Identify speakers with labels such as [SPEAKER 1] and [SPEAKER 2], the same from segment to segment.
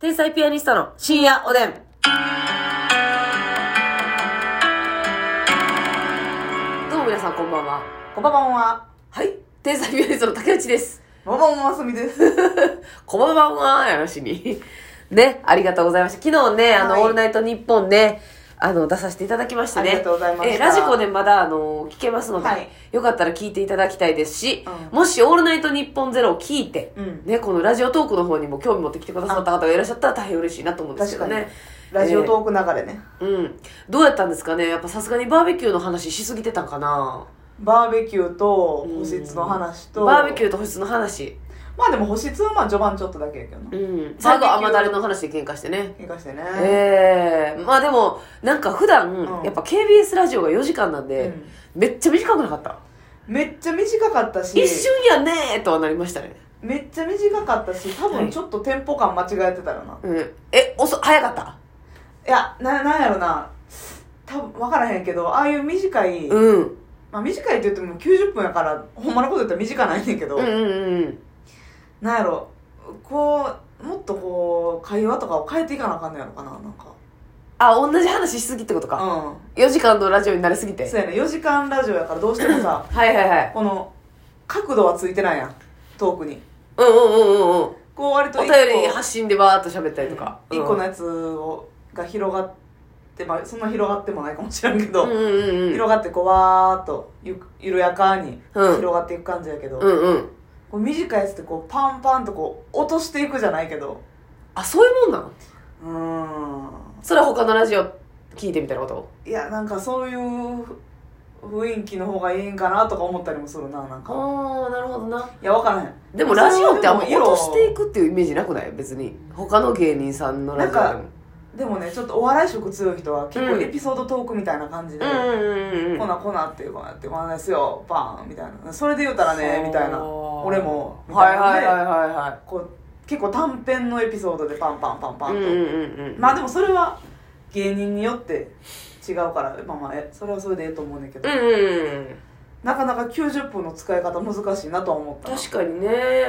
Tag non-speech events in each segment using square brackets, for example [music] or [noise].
[SPEAKER 1] 天才ピアニストの深夜おでん。どうも皆さんこんばんは。
[SPEAKER 2] こんばんは。
[SPEAKER 1] はい。天才ピアニストの竹内です。
[SPEAKER 2] ママもあすみです。
[SPEAKER 1] [laughs] こんばんは、やらしに。ね、ありがとうございました。昨日ね、あの、
[SPEAKER 2] はい
[SPEAKER 1] オールナイトニッポンね、あの、出させていただきましてね。
[SPEAKER 2] ありがとうございました
[SPEAKER 1] えーラジコでまだ、あの、聞けますので、
[SPEAKER 2] はい
[SPEAKER 1] よかったら聞いていただきたいですし、
[SPEAKER 2] うん
[SPEAKER 1] もし、オールナイトニッポンゼロを聞いて、
[SPEAKER 2] うん
[SPEAKER 1] ね、このラジオトークの方にも興味持ってきてくださった方がいらっしゃったら大変嬉しいなと思うんですけどね。
[SPEAKER 2] ラジオトーク流れね。
[SPEAKER 1] うん。どうやったんですかねやっぱさすがにバーベキューの話しすぎてたんかな
[SPEAKER 2] バーベキューと保湿の話と。
[SPEAKER 1] バーベキュ
[SPEAKER 2] ー。
[SPEAKER 1] ーと保湿の話。
[SPEAKER 2] まあでも保湿はまあ序盤ちょっとだけやけどな
[SPEAKER 1] う。ん。最後は
[SPEAKER 2] バーベ
[SPEAKER 1] 雨
[SPEAKER 2] キュー
[SPEAKER 1] だれの話で喧嘩してね。
[SPEAKER 2] いかしてね。
[SPEAKER 1] ええまあでも、なんか普段、
[SPEAKER 2] うん
[SPEAKER 1] やっぱ KBS ラジオが4時間なんで、
[SPEAKER 2] うん
[SPEAKER 1] めっちゃ短くなかった。
[SPEAKER 2] めっちゃ短かったし。
[SPEAKER 1] 一瞬やねーとはなりましたね。
[SPEAKER 2] めっちゃ短かったし、多分ちょっとテンポ感間違えてたよな。い、
[SPEAKER 1] うん。え、遅、早かった
[SPEAKER 2] や、な、なんやろな。多分分からへんけど、ああいう短い、
[SPEAKER 1] うん。
[SPEAKER 2] まあ短いって言っても90分やから、ほんまのこと言ったら短ないねんけど、
[SPEAKER 1] うんうんうん。
[SPEAKER 2] なんやろ、こう、もっとこう、会話とかを変えていかなあかんのやろかな、なんか。
[SPEAKER 1] あ、同じ話しすぎってことか。
[SPEAKER 2] うん。
[SPEAKER 1] 4時間のラジオになりすぎて。
[SPEAKER 2] そうやね4時間ラジオやからどうしてもさ
[SPEAKER 1] はいはいはい。
[SPEAKER 2] この角度はついてないやんトークに
[SPEAKER 1] うんうんうんうんうん。
[SPEAKER 2] こう割と
[SPEAKER 1] お
[SPEAKER 2] 一個
[SPEAKER 1] 便り発信でバーっと喋ったりとか。
[SPEAKER 2] 一個のやつをが広がって、まあ、そんな広がってもないかもしれんけど、
[SPEAKER 1] うんうんうんうん。
[SPEAKER 2] 広がってこうわーっとゆ緩やかに
[SPEAKER 1] うん
[SPEAKER 2] 広がっていく感じやけど、
[SPEAKER 1] うんうん。
[SPEAKER 2] こう短いやつってこうパンパンとこう落としていくじゃないけど
[SPEAKER 1] あ、そういうもんなの
[SPEAKER 2] うーん
[SPEAKER 1] それは他のラジオ聞いてみたいなこと
[SPEAKER 2] いやなんかそういう雰囲気の方がいいんかなとか思ったりもするななんか
[SPEAKER 1] ああ、なるほどな。
[SPEAKER 2] いやわからへん
[SPEAKER 1] でもラジオってあんま落
[SPEAKER 2] 色
[SPEAKER 1] としていくっていうイメージなくない別に。他の芸人さんのラジオで
[SPEAKER 2] なん
[SPEAKER 1] も。
[SPEAKER 2] でもねちょっとお笑い色強い人は結
[SPEAKER 1] う
[SPEAKER 2] 構
[SPEAKER 1] ん
[SPEAKER 2] エピソードトークみたいな感じで「
[SPEAKER 1] うんうんうんうん。
[SPEAKER 2] こんなこんな」っていうこんなって「こんなですよバーン」みたいな「それで言うたらね」みたいな俺もみ
[SPEAKER 1] は
[SPEAKER 2] た
[SPEAKER 1] い
[SPEAKER 2] いな
[SPEAKER 1] は
[SPEAKER 2] ん
[SPEAKER 1] い
[SPEAKER 2] で
[SPEAKER 1] はいはいは
[SPEAKER 2] こう結構短編のエピソードでパンパンパンパン
[SPEAKER 1] い。
[SPEAKER 2] と、
[SPEAKER 1] うんうんうんうん。
[SPEAKER 2] まあでもそれは芸人によって違うからまあまあえそれはそれでええと思うねんだけ
[SPEAKER 1] う
[SPEAKER 2] ど、
[SPEAKER 1] んうんうん。
[SPEAKER 2] なかなか90分の使い方難しいなとは思ったな
[SPEAKER 1] 確かにね。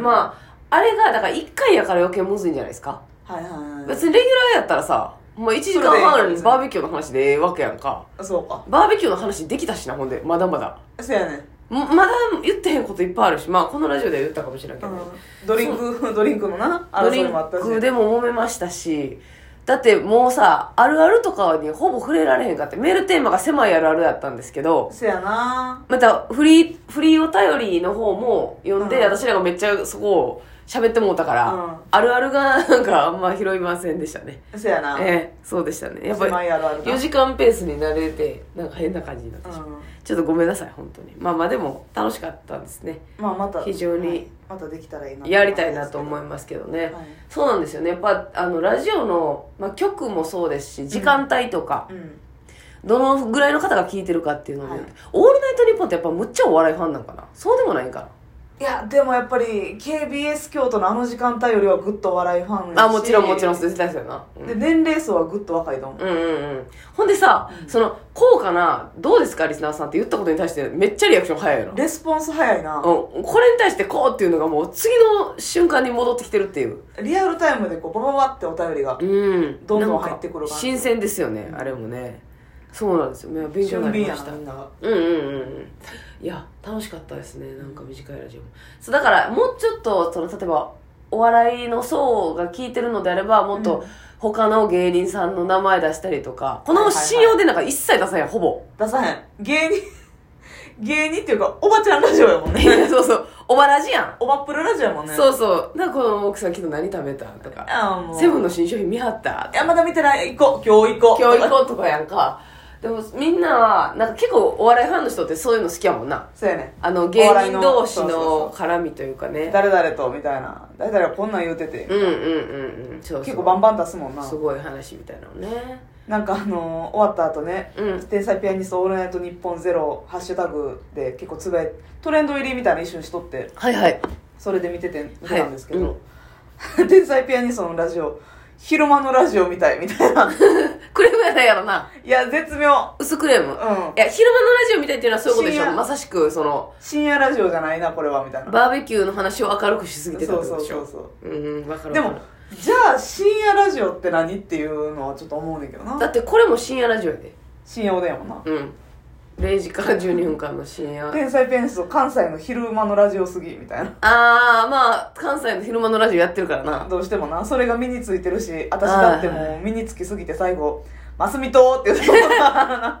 [SPEAKER 1] まあ、あれが、だから1回やから余計むずいんじゃないですか。
[SPEAKER 2] はいはいはい
[SPEAKER 1] 別にレギュラーやったらさ、もう1時間半にバーベキューの話でええわけやんか。
[SPEAKER 2] そうか
[SPEAKER 1] バーベキューの話できたしな、ほんで。まだまだ。
[SPEAKER 2] そうやね、
[SPEAKER 1] ままだ言ってへんこといっぱいあるし、まあこのラジオでは言ったかもしれんけ
[SPEAKER 2] う
[SPEAKER 1] ど、
[SPEAKER 2] ん、ドリンクドリンクのな
[SPEAKER 1] ドリ
[SPEAKER 2] 争いもあったし
[SPEAKER 1] ンクでも揉めましたし、だってもうさ、あるあるとかにほぼ触れられへんかって、メールテーマが狭いあるあるだったんですけど、
[SPEAKER 2] そうやな
[SPEAKER 1] またフリー、フリーお便りの方も読んで、
[SPEAKER 2] うん
[SPEAKER 1] 私らがめっちゃそこを喋ってもうたから、
[SPEAKER 2] うん
[SPEAKER 1] あるあるがなんかあんま拾いませんでしたね。
[SPEAKER 2] そやな。
[SPEAKER 1] ええ、そうでしたね。やっぱ
[SPEAKER 2] 自慢
[SPEAKER 1] り
[SPEAKER 2] やるあるな
[SPEAKER 1] 4時間ペースに慣れて、なんか変な感じになってしまう。
[SPEAKER 2] うん。
[SPEAKER 1] ちょっとごめんなさい、本当に。まあまあでも楽しかったんですね。
[SPEAKER 2] まあまた
[SPEAKER 1] 非常に
[SPEAKER 2] はいまたできたらいいな。
[SPEAKER 1] やりたいなと思いますけどね、
[SPEAKER 2] はい
[SPEAKER 1] そうなんですよねやっぱあのラジオの、まあ、曲もそうですし時間帯とか
[SPEAKER 2] う、ん。
[SPEAKER 1] どのぐらいの方が聴いてるかっていうので、
[SPEAKER 2] はい
[SPEAKER 1] オールナイトニッポンってやっぱむっちゃお笑いファンなんかなそうでもないんか
[SPEAKER 2] いやでもやっぱり KBS 京都のあの時間帯よりはぐっとお笑いファン
[SPEAKER 1] なあもちろんもちろん
[SPEAKER 2] で
[SPEAKER 1] 絶対そうやな、うん
[SPEAKER 2] 年齢層はぐっと若いと思う。
[SPEAKER 1] うんうんうんほんでさ、そのこうかなどうですかリスナーさんって言ったことに対してめっちゃリアクション早いよな
[SPEAKER 2] レスポンス早いな。
[SPEAKER 1] うん、これに対してこうっていうのがもう次の瞬間に戻ってきてるっていう
[SPEAKER 2] リアルタイムでこうバババってお便りが
[SPEAKER 1] うん
[SPEAKER 2] どんどん
[SPEAKER 1] なか
[SPEAKER 2] 入ってくる感じ
[SPEAKER 1] 新鮮ですよねあれもねそうなんですよいや勉強に
[SPEAKER 2] 俊
[SPEAKER 1] なり
[SPEAKER 2] 敏
[SPEAKER 1] ま
[SPEAKER 2] や
[SPEAKER 1] し
[SPEAKER 2] な
[SPEAKER 1] た
[SPEAKER 2] みんなが。
[SPEAKER 1] うんうんうんうんいや楽しかったですねなんか短いラジオもそうだからもうちょっとその例えばお笑いの層が聞いてるのであればもっ
[SPEAKER 2] う
[SPEAKER 1] と
[SPEAKER 2] ん
[SPEAKER 1] 他の芸人さんの名前出したりとかこの
[SPEAKER 2] はいはいはい
[SPEAKER 1] 信用でなんか一切出さへんほぼ
[SPEAKER 2] 出さへん。芸人芸人 [laughs] っていうかおばちゃんラジオやもん
[SPEAKER 1] [laughs]
[SPEAKER 2] ね。
[SPEAKER 1] そうそうおばラジや
[SPEAKER 2] おばっぷるラジオやもん
[SPEAKER 1] ん
[SPEAKER 2] ね。。
[SPEAKER 1] そううそうなんかこの奥さん昨日何食べたとか
[SPEAKER 2] あもう。
[SPEAKER 1] セブンの新商品見張った
[SPEAKER 2] いやまだ見てない。行こう今日行こう。
[SPEAKER 1] 今日行こうとかやんかでもみんなはなんか結構お笑いファンの人ってそういうの好きやもんな
[SPEAKER 2] そうやね。
[SPEAKER 1] あの芸
[SPEAKER 2] お笑い
[SPEAKER 1] 人
[SPEAKER 2] の
[SPEAKER 1] 同士
[SPEAKER 2] そうそうそ
[SPEAKER 1] の絡みというかね
[SPEAKER 2] 誰々とみたいな誰々がこんなん言うてて、
[SPEAKER 1] うんうんうんうんそうそう
[SPEAKER 2] 結構バンバン出すもんな
[SPEAKER 1] すごい話みたいなのね
[SPEAKER 2] なんかあのー終わった後ね、
[SPEAKER 1] うん
[SPEAKER 2] 天才ピアニストオールナイトニッポンゼロ」ハッシュタグで結構つぶやいトレンド入りみたいな一瞬しとって
[SPEAKER 1] はいはい
[SPEAKER 2] それで見てて見てたんですけど、
[SPEAKER 1] はい
[SPEAKER 2] 天才ピア [laughs] ニストのラジオ昼間のラジオみたいみた
[SPEAKER 1] [laughs]
[SPEAKER 2] いな
[SPEAKER 1] [laughs] クレームやないやろない
[SPEAKER 2] や絶妙
[SPEAKER 1] 薄クレーム、い
[SPEAKER 2] うん
[SPEAKER 1] や昼間のラジオみたいっていうのはそういうことでし
[SPEAKER 2] 深
[SPEAKER 1] ょ
[SPEAKER 2] 夜
[SPEAKER 1] まさしくその
[SPEAKER 2] 深夜ラジオじゃないなこれはみたいな
[SPEAKER 1] バーベキューの話を明るくしすぎてたっ
[SPEAKER 2] そう
[SPEAKER 1] てこと
[SPEAKER 2] そう
[SPEAKER 1] でし
[SPEAKER 2] そう
[SPEAKER 1] ょ
[SPEAKER 2] そう
[SPEAKER 1] うんうんわかるわかる
[SPEAKER 2] でもじゃあ深夜ラジオって何っていうのはちょっと思うねんけど
[SPEAKER 1] だ
[SPEAKER 2] な
[SPEAKER 1] ってこれも深夜ラジオやで
[SPEAKER 2] 深夜おでんやもんな
[SPEAKER 1] うん0時から12分間の深夜
[SPEAKER 2] 天才ペンスと関西の昼間のラジオすぎみたい
[SPEAKER 1] ああまあ関西の昼間のラジオやってるから
[SPEAKER 2] な
[SPEAKER 1] な
[SPEAKER 2] どうしてもなそれが身についてるし私だってもう身につきすぎて最後「ますみと」って言っ
[SPEAKER 1] [laughs]
[SPEAKER 2] て
[SPEAKER 1] あれは完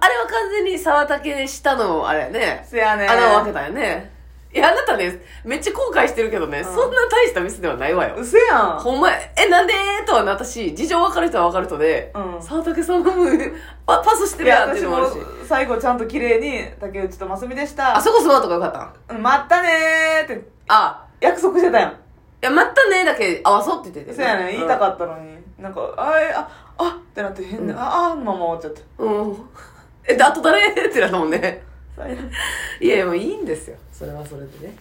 [SPEAKER 1] 全に沢竹でしたのあれやね
[SPEAKER 2] せやねん
[SPEAKER 1] 穴を開けたんやねいやあなたねめっちゃ後悔してるけどね、
[SPEAKER 2] うん
[SPEAKER 1] そんな大したミスではないわよ
[SPEAKER 2] せやん
[SPEAKER 1] ほんまやえなんでとはなったし事情分かる人は分かる人で、
[SPEAKER 2] うん
[SPEAKER 1] 沢竹さんがもうパパスして
[SPEAKER 2] い
[SPEAKER 1] るや
[SPEAKER 2] や
[SPEAKER 1] んってい
[SPEAKER 2] 私
[SPEAKER 1] うのもあ
[SPEAKER 2] も
[SPEAKER 1] るし
[SPEAKER 2] 最後ちゃんと綺麗に「竹内とますみでし
[SPEAKER 1] あ
[SPEAKER 2] た
[SPEAKER 1] そこ座るとかよかったん」
[SPEAKER 2] うん「まったね」って
[SPEAKER 1] あ
[SPEAKER 2] 約束してたやん
[SPEAKER 1] いやまたねだけ合わそうって言ってて
[SPEAKER 2] そうやね言いた
[SPEAKER 1] っ
[SPEAKER 2] かったのに、なんか「あいああっ」てなって変な「
[SPEAKER 1] うん
[SPEAKER 2] ああ」のまま終わっちゃった
[SPEAKER 1] たうん、うん、えであと誰ってなったもんね
[SPEAKER 2] 最後
[SPEAKER 1] いやもういいんですよそれはそれでね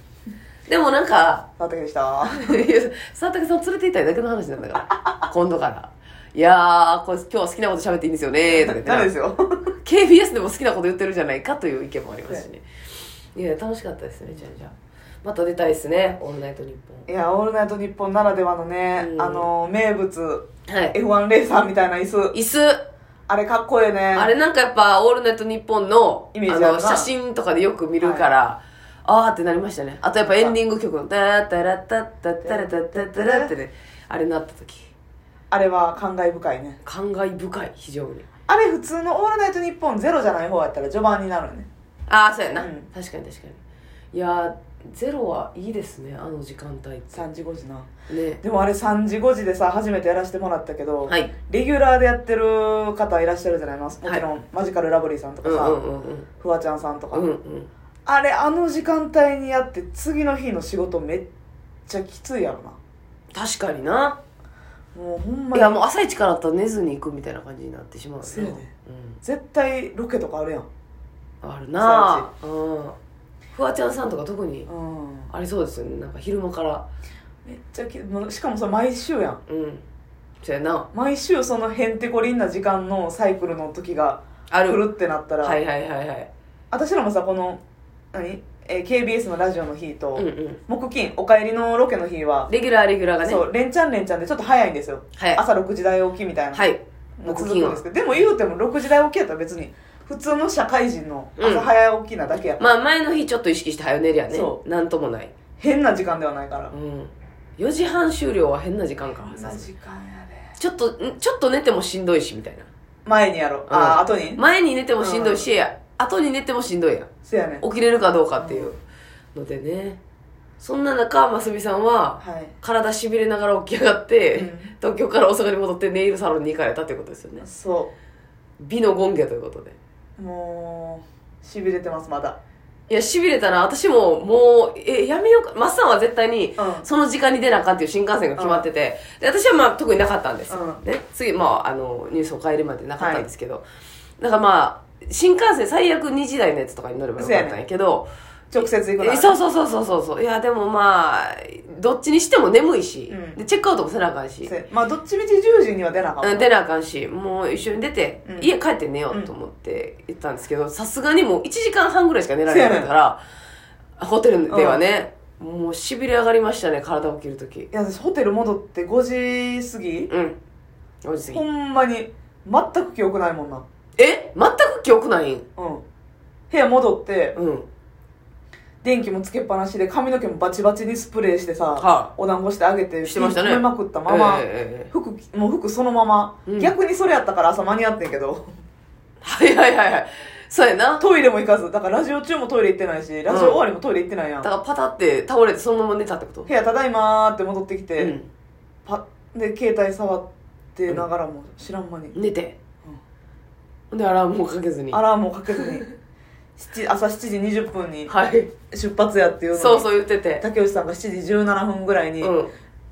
[SPEAKER 1] でもなんか
[SPEAKER 2] 「竹でした」
[SPEAKER 1] いや沢竹さん連れて行っただけの話なんだから今度から「いやーこれ今日は好きなこと喋っていいんですよね」とか
[SPEAKER 2] [laughs] ダ
[SPEAKER 1] 言っ
[SPEAKER 2] メで
[SPEAKER 1] て [laughs]
[SPEAKER 2] すよ
[SPEAKER 1] KBS でも好きなこと言ってるじゃないかという意見もありますしねいや楽しかったですねじゃあじゃあまた出たいですね「オールナイトニッ
[SPEAKER 2] いや「オールナイトニッポン」ならではのね、
[SPEAKER 1] うん
[SPEAKER 2] あの名物
[SPEAKER 1] ポン」はい
[SPEAKER 2] F1 レーサーみたいな椅子
[SPEAKER 1] 椅子
[SPEAKER 2] あれかっこいいね
[SPEAKER 1] あれなんかやっぱ「オールナイトニッポンの」
[SPEAKER 2] イメージ
[SPEAKER 1] あ
[SPEAKER 2] あるな
[SPEAKER 1] の写真とかでよく見るから、あーってなりましたねあとやっぱエンディング曲の「タタラッタッタッタラタッタッタラ」ってねあれなった時
[SPEAKER 2] あれは感慨深いね
[SPEAKER 1] 感慨深い非常に
[SPEAKER 2] あれ普通の「オールナイトニッポン」ゼロじゃない方やったら序盤になるね
[SPEAKER 1] ああそうやな、
[SPEAKER 2] うん
[SPEAKER 1] 確かに確かにいやーゼロはいいですねあの時間帯って
[SPEAKER 2] 3時5時な
[SPEAKER 1] ね
[SPEAKER 2] でもあれ3時5時でさ初めてやらせてもらったけど、
[SPEAKER 1] はい
[SPEAKER 2] レギュラーでやってる方いらっしゃるじゃないますもちろん、
[SPEAKER 1] は
[SPEAKER 2] マジカルラブリーさんと
[SPEAKER 1] う
[SPEAKER 2] か
[SPEAKER 1] んう
[SPEAKER 2] さ、
[SPEAKER 1] んうんうん
[SPEAKER 2] フワちゃんさんとか、
[SPEAKER 1] うんうん
[SPEAKER 2] あれあの時間帯にやって次の日の仕事めっちゃきついやろな
[SPEAKER 1] 確かにな、
[SPEAKER 2] もうほんま
[SPEAKER 1] い
[SPEAKER 2] に
[SPEAKER 1] やもう朝一からだったら寝ずに行くみたいな感じになってしまうよな
[SPEAKER 2] そうやね絶対ロケとかあるやん
[SPEAKER 1] うん、あるなあうんフワちゃんさんとか特に
[SPEAKER 2] うん
[SPEAKER 1] ありそうですよねなんか昼間から
[SPEAKER 2] めっちゃきもうしかもそれ毎週やん
[SPEAKER 1] うんそうやな
[SPEAKER 2] 毎週そのへんてこりんな時間のサイクルの時が
[SPEAKER 1] あ
[SPEAKER 2] 来
[SPEAKER 1] る
[SPEAKER 2] るってなったら、
[SPEAKER 1] はいはいはいはい
[SPEAKER 2] 私らもさこの何、えー KBS のラジオの日と、
[SPEAKER 1] うんうん
[SPEAKER 2] 木金お帰りのロケの日は、
[SPEAKER 1] レギュラーレギュラーがね
[SPEAKER 2] そう連チャン連チャンでちょっと早いんですよ
[SPEAKER 1] はい
[SPEAKER 2] 朝6時台起きみたいな、
[SPEAKER 1] はい
[SPEAKER 2] の
[SPEAKER 1] 木
[SPEAKER 2] 続
[SPEAKER 1] 金
[SPEAKER 2] くん
[SPEAKER 1] は
[SPEAKER 2] ですけどでも言うても6時台起きやったら別に普通の社会人の朝早起きなだけや、
[SPEAKER 1] まあ前の日ちょっと意識して早寝りゃね
[SPEAKER 2] そ
[SPEAKER 1] なんともない
[SPEAKER 2] 変な時間ではないから
[SPEAKER 1] うん4時半終了は変な時間か
[SPEAKER 2] 時間やで
[SPEAKER 1] ちょっとんちょっと寝てもしんどいしみたいな
[SPEAKER 2] 前にやろうああ後に
[SPEAKER 1] 前に寝てもしんどいし、後に寝てもしんどいやん
[SPEAKER 2] せやね
[SPEAKER 1] 起きれるかどうかっていうのでねそんな中ますみさんは
[SPEAKER 2] はい、
[SPEAKER 1] 体しびれながら起き上がって、
[SPEAKER 2] うん
[SPEAKER 1] 東京から大阪に戻ってネイルサロンに行かれたということですよね
[SPEAKER 2] そ
[SPEAKER 1] 美の権化ということで
[SPEAKER 2] うもうしびれてますまだ
[SPEAKER 1] いやしびれたら私ももうえやめようかマッサンは絶対に
[SPEAKER 2] うん
[SPEAKER 1] その時間に出なあかんっていう新幹線が決まってて、で私はまあ特になかったんです、
[SPEAKER 2] うん
[SPEAKER 1] ね、次、まあ、あのニュースを変えるまでなかったんですけど、なんかまあ新幹線最悪2時台のやつとかに乗ればよかったんやけど
[SPEAKER 2] 直接行くな
[SPEAKER 1] えそうそうそうそうそうそういやでもまあどっちにしても眠いし、
[SPEAKER 2] うん
[SPEAKER 1] でチェックアウトもせなあかんし、
[SPEAKER 2] せまあどっちみち10時には出なあかった、
[SPEAKER 1] うん、出なあかんしもう一緒に出て、
[SPEAKER 2] うん
[SPEAKER 1] 家帰って寝ようと思って行ったんですけどさすがにもう1時間半ぐらいしか寝られ
[SPEAKER 2] せ
[SPEAKER 1] ない
[SPEAKER 2] やねん
[SPEAKER 1] からホテルではね、もうしびれ上がりましたね体を切るとき
[SPEAKER 2] いや私ホテル戻って5時過ぎ、
[SPEAKER 1] うんおじすぎ
[SPEAKER 2] ほんまに全く記憶ないもんな
[SPEAKER 1] え全く記憶ないん
[SPEAKER 2] うん部屋戻って
[SPEAKER 1] うん
[SPEAKER 2] 電気もつけっぱなしで髪の毛もバチバチにスプレーしてさ、
[SPEAKER 1] は
[SPEAKER 2] お団子してあげて
[SPEAKER 1] してましたね
[SPEAKER 2] 火止めまくったまま、
[SPEAKER 1] ええ
[SPEAKER 2] 服着もう服そのまま、
[SPEAKER 1] うん
[SPEAKER 2] 逆にそれやったから朝間に合ってんけど
[SPEAKER 1] はいはいはいはいそうやなだ
[SPEAKER 2] トイレも行かずだからラジオ中もトイレ行ってないしラジオ終わりもトイレ行ってないやん、
[SPEAKER 1] からパタって倒れてそのまま寝たってこと
[SPEAKER 2] 部屋ただいまーって戻ってきて、
[SPEAKER 1] うん
[SPEAKER 2] パで携帯触ってながらも知らん間に、
[SPEAKER 1] 寝てほんでアラームもかけずに
[SPEAKER 2] ア
[SPEAKER 1] は
[SPEAKER 2] ラームをかけずに七朝7時20分に
[SPEAKER 1] い
[SPEAKER 2] 出発やっていうのに
[SPEAKER 1] そうそう言ってて
[SPEAKER 2] 竹内さんが7時17分ぐらいに、
[SPEAKER 1] うんうん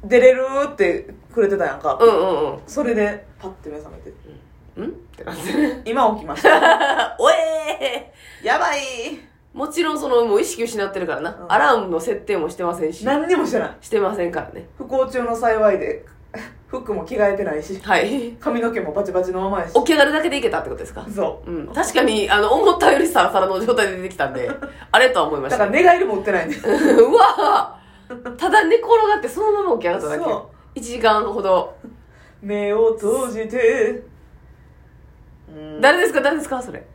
[SPEAKER 2] 出れるーってくれてたやんか、
[SPEAKER 1] うんうん
[SPEAKER 2] それでパッて目覚めて
[SPEAKER 1] うんって感じで
[SPEAKER 2] 今起きました
[SPEAKER 1] おえ
[SPEAKER 2] やばい
[SPEAKER 1] ーもちろんそのもう意識失ってるからな、
[SPEAKER 2] うん
[SPEAKER 1] アラームの設定もしてませんし
[SPEAKER 2] 何にもしてない
[SPEAKER 1] してませんからね
[SPEAKER 2] 不幸中の幸いで服も着替えてないし
[SPEAKER 1] はい
[SPEAKER 2] 髪の毛もバチバチのままやし
[SPEAKER 1] 起き上がるだけでいけたってことですか
[SPEAKER 2] そ
[SPEAKER 1] うん、確かにあの思ったよりサラサラの状態で出てきたん [laughs] であれとは思いま
[SPEAKER 2] う
[SPEAKER 1] し
[SPEAKER 2] だ
[SPEAKER 1] た
[SPEAKER 2] から寝返りも打ってないんで
[SPEAKER 1] うわぁただ寝転がってそのまま起き上がっただけ
[SPEAKER 2] そ
[SPEAKER 1] 1時間ほど。
[SPEAKER 2] 目を閉じて、うん
[SPEAKER 1] 誰ですか誰ですかそれ。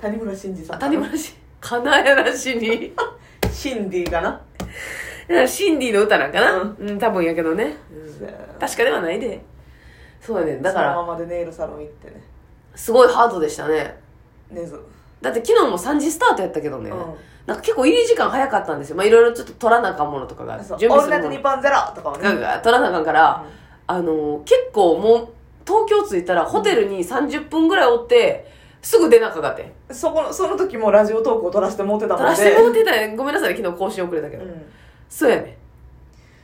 [SPEAKER 2] 谷村新司さ
[SPEAKER 1] あ
[SPEAKER 2] ん
[SPEAKER 1] 谷村し、かなえらし
[SPEAKER 2] [laughs]
[SPEAKER 1] に。
[SPEAKER 2] シンディかな
[SPEAKER 1] シンディの歌なんかな
[SPEAKER 2] うん
[SPEAKER 1] うん、多分やけどね。うん確かではないで。そうやね。だか
[SPEAKER 2] そ
[SPEAKER 1] ら、
[SPEAKER 2] のままでネイルサロン行ってね
[SPEAKER 1] すごいハードでしたね。
[SPEAKER 2] 寝ず、
[SPEAKER 1] だって昨日も3時スタートやったけどね。
[SPEAKER 2] うん
[SPEAKER 1] なんか結構入り時間早かったんですよ。まあいろいろちょっと取らなあかんものとかが、
[SPEAKER 2] そう
[SPEAKER 1] 準
[SPEAKER 2] 「オ
[SPEAKER 1] 備す
[SPEAKER 2] ール
[SPEAKER 1] る
[SPEAKER 2] ナ
[SPEAKER 1] も
[SPEAKER 2] イト
[SPEAKER 1] の
[SPEAKER 2] ニッポンゼロとかはね
[SPEAKER 1] なんか取らなあかんから、あのー結構もう東京着いたらホテルに30分ぐらいおって、すぐ出なあかんかって。
[SPEAKER 2] うんそこのその時もラジオトークを撮らせてもってた
[SPEAKER 1] 取
[SPEAKER 2] も
[SPEAKER 1] ら
[SPEAKER 2] ん
[SPEAKER 1] して
[SPEAKER 2] で
[SPEAKER 1] もらってたねごめんなさいね、昨日更新遅れたけど。
[SPEAKER 2] うん
[SPEAKER 1] そうやね。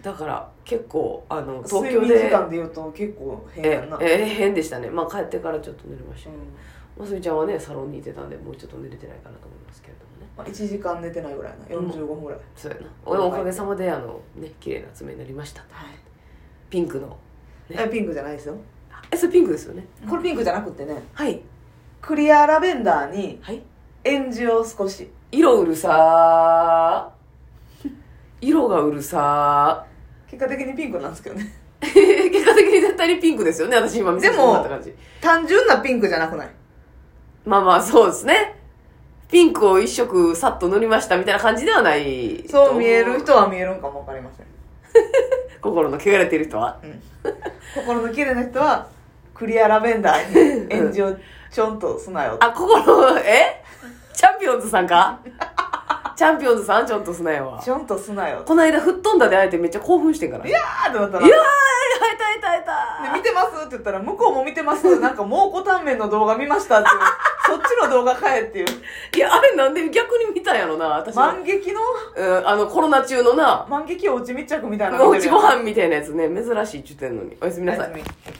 [SPEAKER 1] だから結構、あの、東
[SPEAKER 2] 睡
[SPEAKER 1] 京
[SPEAKER 2] 眠時
[SPEAKER 1] で。
[SPEAKER 2] 間で言うと結構変や
[SPEAKER 1] え
[SPEAKER 2] んな、
[SPEAKER 1] ええ変でしたね、まあ、帰ってからちょっと寝れまし
[SPEAKER 2] う
[SPEAKER 1] た
[SPEAKER 2] ん
[SPEAKER 1] ますみちゃんはねサロンにいてたんでもうちょっと寝れてないかなと思いますけれどもね
[SPEAKER 2] まあ、1時間寝てないぐらいな45分ぐらい、
[SPEAKER 1] そうやな俺もおかげさまであのね綺麗な爪になりましたピンクのね
[SPEAKER 2] えピンクじゃないですよ
[SPEAKER 1] あえそれピンクですよね
[SPEAKER 2] これピンクじゃなくてね
[SPEAKER 1] はい
[SPEAKER 2] クリアラベンダーに
[SPEAKER 1] はい
[SPEAKER 2] エンジを少し
[SPEAKER 1] 色うるさー色がうるさ
[SPEAKER 2] 結果的にピンクなんですけどね
[SPEAKER 1] ー [laughs] 結果的に絶対にピンクですよね私今見せてもらった感じ
[SPEAKER 2] 単純なピンクじゃなくない
[SPEAKER 1] まあまあそうですねピンクを一色さっと塗りましたみたいな感じではない
[SPEAKER 2] そう見える人は見えるんかも分かりません、
[SPEAKER 1] 心の汚れてる人は
[SPEAKER 2] うん、心の綺麗な人はクリアラベンダーにエンジをちょんとすなよ
[SPEAKER 1] あ、心、えチャンピオンズさん [laughs] かチャンピオンズさんちょっとすなよは
[SPEAKER 2] ち。ょんとすなよ
[SPEAKER 1] この間、吹っ飛んだで会えてめっちゃ興奮してんから。
[SPEAKER 2] い
[SPEAKER 1] いや
[SPEAKER 2] やーってなったら
[SPEAKER 1] ー、会えた会えた会
[SPEAKER 2] で
[SPEAKER 1] え
[SPEAKER 2] 見てますって言ったら、向こうも見てます。なんか、蒙古タンメンの動画見ましたって
[SPEAKER 1] [laughs]
[SPEAKER 2] いう。そっちの動画かえっていう。
[SPEAKER 1] たいや、あれなんで逆に見たんやろな、私は。
[SPEAKER 2] 万劇の、
[SPEAKER 1] うん、あの、コロナ中のな、
[SPEAKER 2] 万劇おうち密着みたいなの
[SPEAKER 1] お
[SPEAKER 2] 見
[SPEAKER 1] う
[SPEAKER 2] て
[SPEAKER 1] ち
[SPEAKER 2] るや
[SPEAKER 1] ご
[SPEAKER 2] ん
[SPEAKER 1] 飯みたいなやつね、珍しいって言ってんのに。おやすみなさい。
[SPEAKER 2] おやすみ